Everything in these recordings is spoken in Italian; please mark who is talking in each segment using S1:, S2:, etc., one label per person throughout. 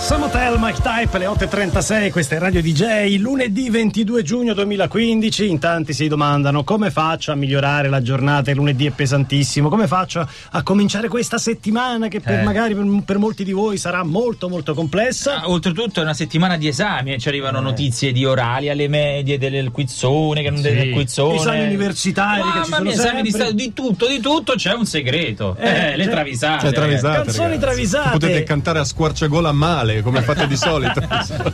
S1: Samotel, Mike Type, le 8.36, questa è Radio DJ, lunedì 22 giugno 2015, in tanti si domandano come faccio a migliorare la giornata, il lunedì è pesantissimo, come faccio a cominciare questa settimana che per-
S2: Eh.
S1: magari per, per molti di voi sarà molto molto complessa.
S2: Ah, oltretutto è una settimana di esami, eh, ci arrivano notizie di orali alle medie, del quizzone, che non del
S3: Sì.
S2: quizzone.
S1: Esami universitari che
S2: Mamma
S1: ci sono
S2: mia, esami di
S1: sempre.
S2: stato, di tutto, di tutto c'è un segreto.
S1: Eh,
S2: Eh, le
S1: c'è-
S2: travisate.
S3: Cioè, travisate,
S1: ragazzi. Canzoni
S3: ragazzi.
S1: travisate.
S3: Potete cantare a squarciagola male, come fate di solito.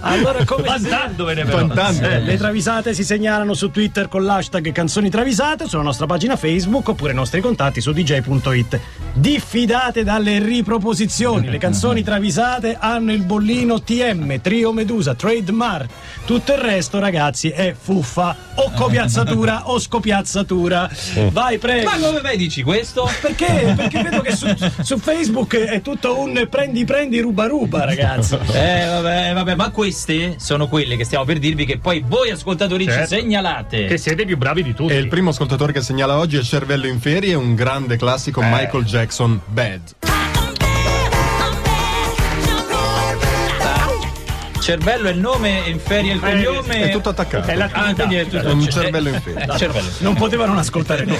S1: Allora come si-
S2: Fantandovene però.
S3: Fantando.
S2: Eh,
S1: Le travisate si segnalano su Twitter con l'hashtag canzoni travisate, sulla nostra pagina Facebook oppure i nostri contatti su dj.it. Diffidate dalle riproposizioni, le canzoni travisate hanno il bollino TM, Trio Medusa, trademark. Tutto il resto, ragazzi, è fuffa o copiazzatura o scopiazzatura. Vai, prego.
S2: Eh. Ma come mai dici questo?
S1: Perché? Perché vedo che su, su Facebook è tutto un prendi prendi ruba ruba, ragazzi.
S2: Eh vabbè, vabbè, ma queste sono quelle che stiamo per dirvi che poi voi ascoltatori
S4: Certo.
S2: ci segnalate.
S4: Che siete i più bravi di tutti.
S3: E il primo ascoltatore che segnala oggi è Cervello in Ferie, un grande classico
S1: Eh.
S3: Michael Jackson, Bad.
S2: Cervello è il nome, in ferie è il
S4: Eh,
S2: cognome.
S3: È tutto attaccato.
S4: È la-
S2: Ah, quindi è tutto
S3: Un
S2: cioè,
S3: cervello
S2: eh,
S3: in ferie.
S2: eh, cervello.
S1: Non poteva non ascoltare noi.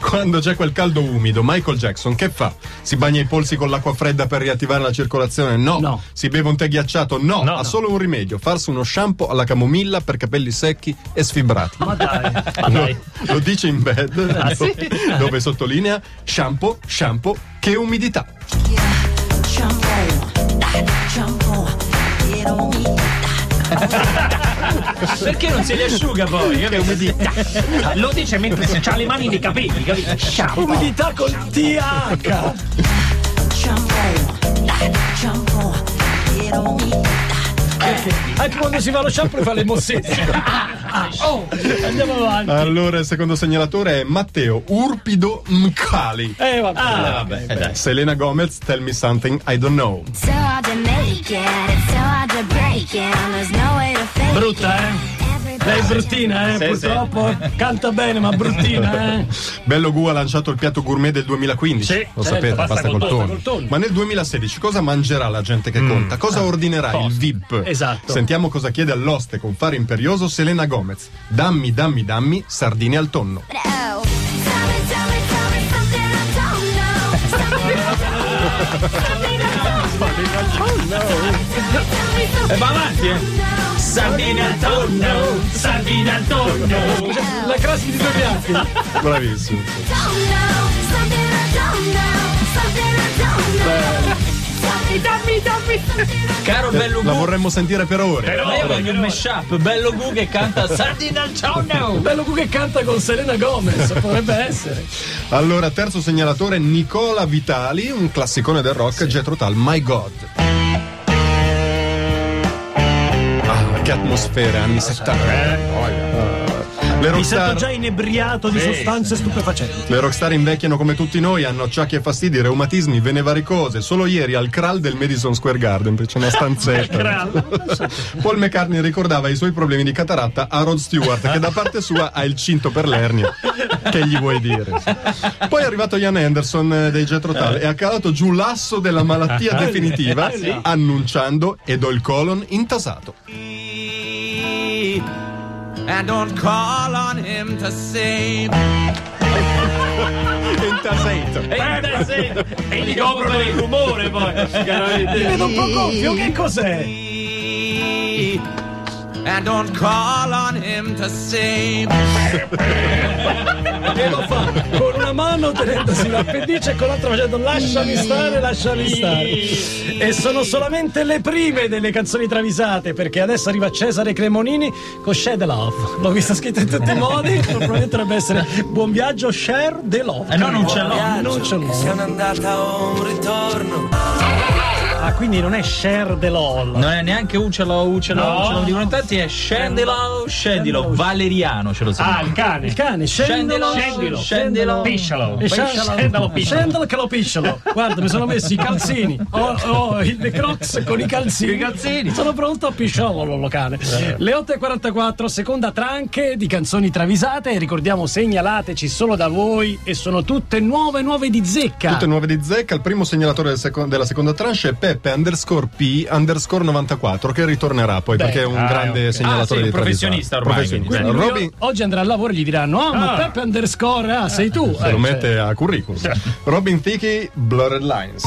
S3: Quando c'è quel caldo umido, Michael Jackson che fa? Si bagna i polsi con l'acqua fredda per riattivare la circolazione? No.
S1: No.
S3: Si beve un tè ghiacciato? No.
S4: No,
S3: ha
S4: no.
S3: solo un rimedio, farsi uno shampoo alla camomilla per capelli secchi e sfibrati.
S1: Ma dai. Ah,
S3: Lo, lo dice in bed, dove, dove sottolinea shampoo, shampoo, che umidità.
S2: Perché non se li asciuga poi? capito?
S4: Lo dice mentre si ha le mani nei capelli, capito? Sciamo.
S1: Umidità col TH. Anche quando si fa lo shampoo fa le mossette. Oh, andiamo avanti.
S3: Allora, il secondo segnalatore è Matteo Urpido Mcali.
S1: Eh, vabbè.
S2: Eh, dai.
S3: Selena Gomez, tell me something I don't know.
S5: So hard to make it, it's so hard to break it, there's no way to fake
S1: Brutta, eh?
S5: it.
S1: Lei è bruttina, eh?
S2: Sì,
S1: Purtroppo canta bene, ma bruttina, eh?
S3: Bello Gu ha lanciato il piatto gourmet del 2015.
S4: Sì,
S3: lo
S4: certo,
S3: sapete,
S4: pasta
S3: pasta
S4: col
S3: col
S4: tonno. Mm. Ah,
S3: tonno. Ma nel 2016 cosa mangerà la gente che conta? Cosa ordinerà il VIP?
S1: Esatto.
S3: Sentiamo cosa chiede all'oste con fare imperioso Selena Gomez. Dammi, dammi, dammi sardine al tonno.
S5: Oh. Tell me, tell me, tell me something I don't know. Something I don't know. Something I don't know. Tell me something
S2: Eh, va avanti, eh.
S5: I don't know.
S2: Sardine al tonno, sardine al tonno.
S1: La classica di due piatti.
S3: Bravissimo.
S5: Don't know. Something I don't know. Something I don't know. Tell me, tell me, tell me something I
S2: Caro bello
S3: La
S2: Gu.
S3: vorremmo sentire per ore.
S2: Ma io voglio un mashup, bello Gu che canta sardine al tonno.
S1: Bello Gu che canta con Selena Gomez, potrebbe essere.
S3: Allora, terzo segnalatore Nicola Vitali, un classicone del rock, Getro Tal, My God. Ah, che atmosfera, anni 70. Ah. Le
S1: eh? Mi sento già
S3: rockstar,
S1: inebriato di sostanze stupefacenti.
S3: le rockstar invecchiano come tutti noi, hanno acciacchi e fastidi, reumatismi, vene varicose. Solo ieri al Kral del Madison Square Garden, perché c'è una stanzetta. Paul McCartney ricordava i suoi problemi di cataratta a Rod Stewart, che da parte sua ha il cinto per l'ernia. Che gli vuoi dire? Poi è arrivato Ian Anderson eh, dei Jet Rotal e ha calato giù l'asso della malattia definitiva, annunciando ed ho il colon intasato.
S6: And don't call on him to save.
S3: Intasato.
S2: E gli coprono il rumore poi.
S1: Mi vedo un po' gonfio, che cos'è?
S6: And don't call on him to save.
S1: E lo fa con una mano tenendosi l'appendice e con l'altra facendo lasciami stare, lasciami stare. E sono solamente le prime delle canzoni travisate, perché adesso arriva Cesare Cremonini con Share the Love. L'ho vista scritta in tutti i modi, probabilmente dovrebbe essere Buon viaggio, Share the Love.
S2: Eh, no, non ce l'ho.
S1: Non ce l'ho. Siamo andata a un ritorno. Ah, quindi non è Share the Love.
S2: Non è neanche Uccello, Uccello,
S4: No.
S2: Uccello, dicono in tanti, è Scendilo, Scendilo, Valeriano ce lo sa.
S4: Ah, il cane.
S1: Il cane, scendilo,
S2: Scendilo,
S4: scendilo, piscialo.
S1: E scia-
S4: Scendilo, piscialo.
S1: Scendilo che lo piscialo. Guarda, mi sono messo i calzini. Ho, ho il- le crocs con i calzini.
S2: I calzini.
S1: Sono pronto a pisciolo lo cane. Le 8.44, seconda tranche di canzoni travisate. Ricordiamo, segnalateci solo da voi e sono tutte nuove, nuove di zecca.
S3: Tutte nuove di zecca, il primo segnalatore del seco- della seconda tranche è Peppe Giuseppe underscore P underscore 94 che ritornerà poi perché è un
S2: ah,
S3: grande
S2: ok.
S3: segnalatore
S2: Ah, sì,
S3: di
S2: un
S3: Trevisan.
S2: professionista ormai,
S3: Professionista.
S1: Quindi lui
S3: Robin,
S1: o- oggi andrà al lavoro e gli diranno: Ah, ma
S4: Ah.
S1: Peppe underscore, ah, sei tu.
S3: se
S1: Eh,
S3: lo
S1: cioè,
S3: mette a curriculum. Robin Thicke, Blurred Lines.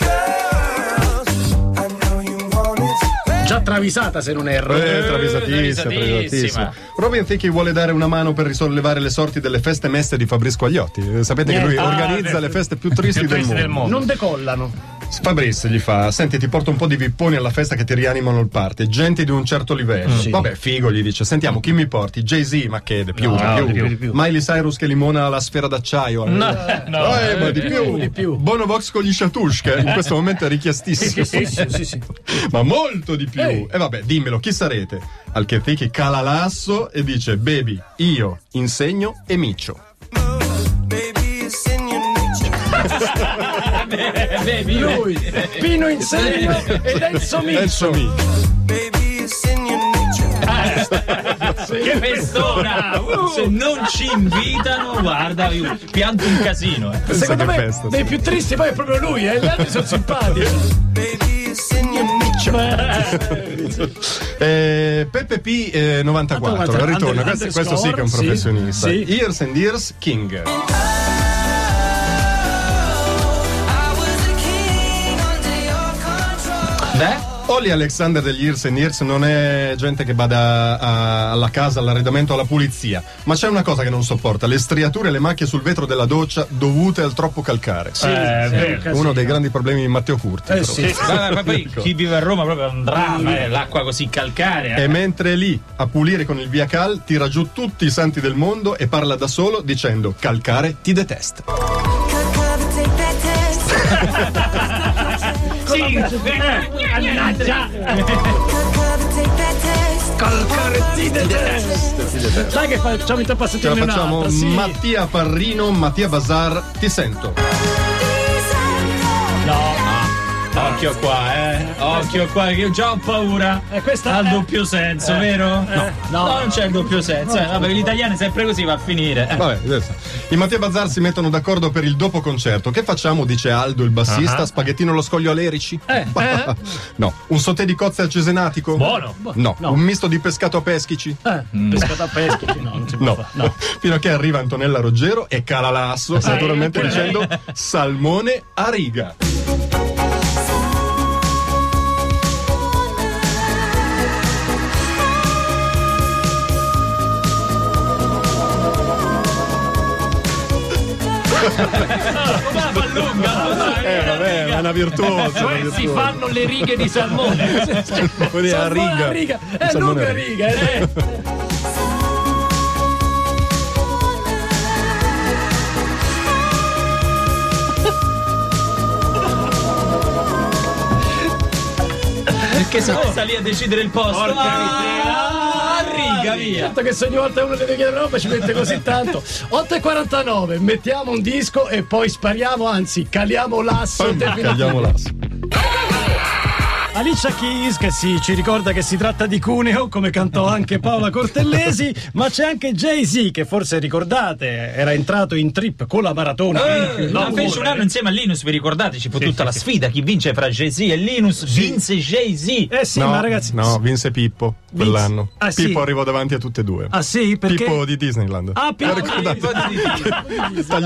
S1: cioè, Già travisata, se non erro.
S3: Eh, travisatissima,
S2: travisatissima.
S3: travisatissima. Robin Thicke vuole dare una mano per risollevare le sorti delle feste messe di Fabrizio Quagliotti. Eh, Sapete che lui
S1: Niente.
S3: organizza le feste più tristi, del,
S4: tristi
S3: mondo.
S4: del mondo.
S1: Non decollano.
S3: Fabrizio gli fa: Senti, ti porto un po' di vipponi alla festa che ti rianimano il party. Gente di un certo livello. Vabbè, figo, gli dice: Sentiamo chi mi porti? Jay-Z, ma che di più, di, più. Miley Cyrus che limona la sfera d'acciaio. Eh,
S2: no.
S3: eh, ma di più.
S1: di più.
S3: Bono Vox con gli Shatush, che in questo momento è richiestissimo.
S1: sì, sì.
S3: ma molto di più.
S1: Ehi.
S3: E vabbè, dimmelo, chi sarete? Al che Thicke cala l'asso e dice: Baby, io insegno e miccio.
S2: Eh,
S1: Lui, Pino Insegno ed Enzo Mizzo.
S3: Penso miccio.
S2: Che festona! Uh, se non ci invitano, guarda, io pianto un casino. eh.
S3: Pensa
S1: Secondo
S3: che
S1: me,
S3: festa, sì.
S1: dei più tristi poi è proprio lui, eh. Gli altri sono simpatici.
S3: Eh, Peppe P eh, 94
S1: Under-
S3: ritorna questo,
S1: underscore,
S3: questo sì che è un
S1: sì,
S3: professionista
S1: sì.
S3: Years and Years King
S2: Beh,
S3: Oli Alexander degli Years and Years non è gente che bada a- alla casa, all'arredamento, alla pulizia ma c'è una cosa che non sopporta le striature e le macchie sul vetro della doccia dovute al troppo calcare
S1: Sì,
S4: Eh,
S1: sì, è
S4: vero.
S1: un casino.
S3: uno dei grandi problemi di Matteo Curti
S1: Eh,
S3: però.
S1: sì.
S2: guarda, ma poi chi vive a Roma proprio è un dramma, eh, l'acqua così calcarea.
S3: E mentre è lì a pulire con il via cal tira giù tutti i santi del mondo e parla da solo dicendo calcare ti detesto
S4: Sì, mannaggia.
S1: Sai che facciamo
S3: ce la
S1: interpassazione
S3: facciamo
S1: un'altra, sì.
S3: Mattia Parrino Mattia Bazar ti sento
S2: Ah, Occhio qua, eh. Occhio qua, che io già ho paura.
S1: Eh, questa
S2: al
S1: è-
S2: doppio senso, vero? No. no, non c'è il doppio senso. eh. Vabbè, l'italiano è sempre così, va a finire. Eh.
S3: Vabbè, adesso. I Mattia Bazzar si mettono d'accordo per il dopo concerto. Che facciamo? Dice Aldo, il bassista. Spaghettino allo scoglio a lerici? no. Un sauté di cozze al cesenatico?
S4: Buono.
S3: No. Un misto di pescato a peschici?
S1: Eh, pescata a peschi, no, non si può
S3: No.
S1: fare. No.
S3: Fino a che arriva Antonella Roggero e cala l'asso, naturalmente dicendo salmone a riga. Eh, vabbè, è una virtuosa. una
S4: Poi si
S3: virtuosa.
S4: fanno le righe di salmone.
S3: Salmone a riga.
S1: È
S3: Salmone a
S1: lunga
S3: riga.
S1: riga, eh.
S2: Perché se questa Ah, lì a decidere il posto.
S4: Porca
S2: Ah, a riga, via.
S1: Tanto Certo che se ogni volta uno deve chiedere roba ci mette così tanto. 8.49, mettiamo un disco e poi spariamo, anzi, caliamo l'asso.
S3: Pam,
S1: definitivamente.
S3: Cagliamo l'asso.
S1: Alicia Keys che si, ci ricorda che si tratta di Cuneo come cantò anche Paola Cortellesi ma c'è anche Jay-Z che forse ricordate era entrato in trip con la maratona
S2: Eh,
S1: No,
S2: ma fece un anno insieme a Linus, vi ricordate? Ci fu tutta la sfida. Chi vince fra Jay-Z e Linus? Vinse Jay-Z.
S1: eh sì ma ragazzi
S3: no, vinse Pippo quell'anno.
S1: Ah, sì?
S3: Pippo arrivò davanti a tutte e due.
S1: ah sì perché
S3: Pippo di Disneyland. Eh,
S1: ah Pippo
S3: Tagliò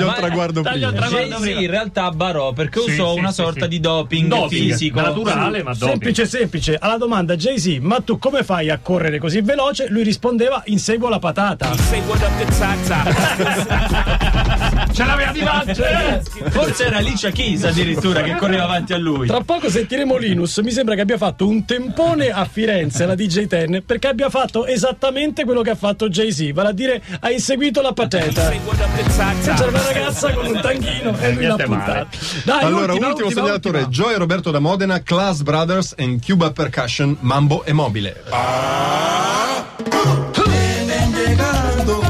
S3: il
S2: Ma-
S3: traguardo
S4: tagliò
S3: prima.
S4: il traguardo.
S2: Jay-Z in realtà barò perché
S4: Sì,
S2: usò
S4: sì,
S2: una
S4: sì,
S2: sorta
S4: sì.
S2: di doping,
S4: Doping,
S2: fisico.
S4: naturale, ma doping.
S1: semplice semplice alla domanda Jay-Z ma tu come fai a correre così veloce lui rispondeva inseguo la patata
S4: Ce l'aveva di eh. faccia.
S2: Forse era Alicia Keys addirittura che correva avanti a lui.
S1: Tra poco sentiremo Linus. Mi sembra che abbia fatto un tempone a Firenze, la DJ Ten, perché abbia fatto esattamente quello che ha fatto Jay-Z, vale a dire ha inseguito la pateta. C'era una ragazza con un tanghino e lui l'ha
S4: Niente male.
S1: puntata. Dai,
S3: Allora,
S1: ultima,
S3: ultimo
S1: ultima,
S3: segnalatore,
S1: ultima.
S3: Joe e Roberto da Modena, Class Brothers and Cuba Percussion, Mambo e Mobile.
S7: Vienen llegando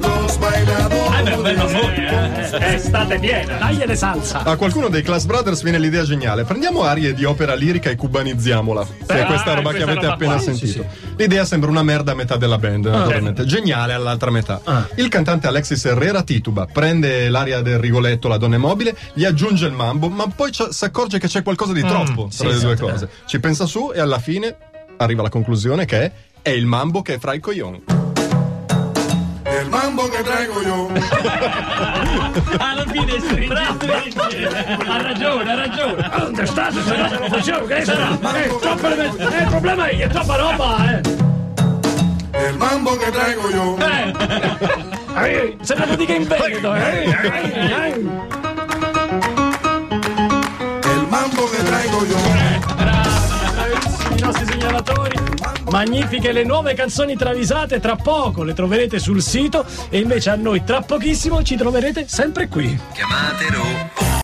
S7: los bailadores.
S2: Ah, beh, bello, eh, eh.
S4: È estate piena.
S1: Dagliene salsa.
S3: A qualcuno dei Class Brothers viene l'idea geniale. Prendiamo arie di opera lirica e cubanizziamola. Che è
S4: Ah,
S3: questa roba
S4: questa
S3: che avete
S4: roba
S3: appena
S4: qua.
S3: sentito. L'idea sembra una merda a metà della
S4: Ah.
S3: band, naturalmente. Geniale all'altra metà. Il cantante Alexis Herrera tituba, prende l'aria del Rigoletto, la donna immobile, gli aggiunge il mambo, ma poi si accorge che c'è qualcosa
S4: Mm,
S3: di troppo tra le due cose. Ci pensa su e alla fine arriva alla conclusione che è, è il mambo che è fra i coglioni.
S7: El mambo que traigo yo.
S2: boh. Alla fine stringi
S4: Ha ragione, ha ragione.
S1: Ah,
S4: Onde state se no se lo facevo, che sarà?
S7: Ma-
S4: Eh, troppa- eh, il problema è che è troppa roba, eh.
S7: El mambo que traigo yo.
S4: Eh, Sembra che dica in Veneto, eh. eh, eh.
S7: El mambo que traigo yo.
S1: I nostri segnalatori. Magnifiche le nuove canzoni travisate, tra poco le troverete sul sito e invece a noi tra pochissimo ci troverete sempre qui.
S8: Chiamate Ro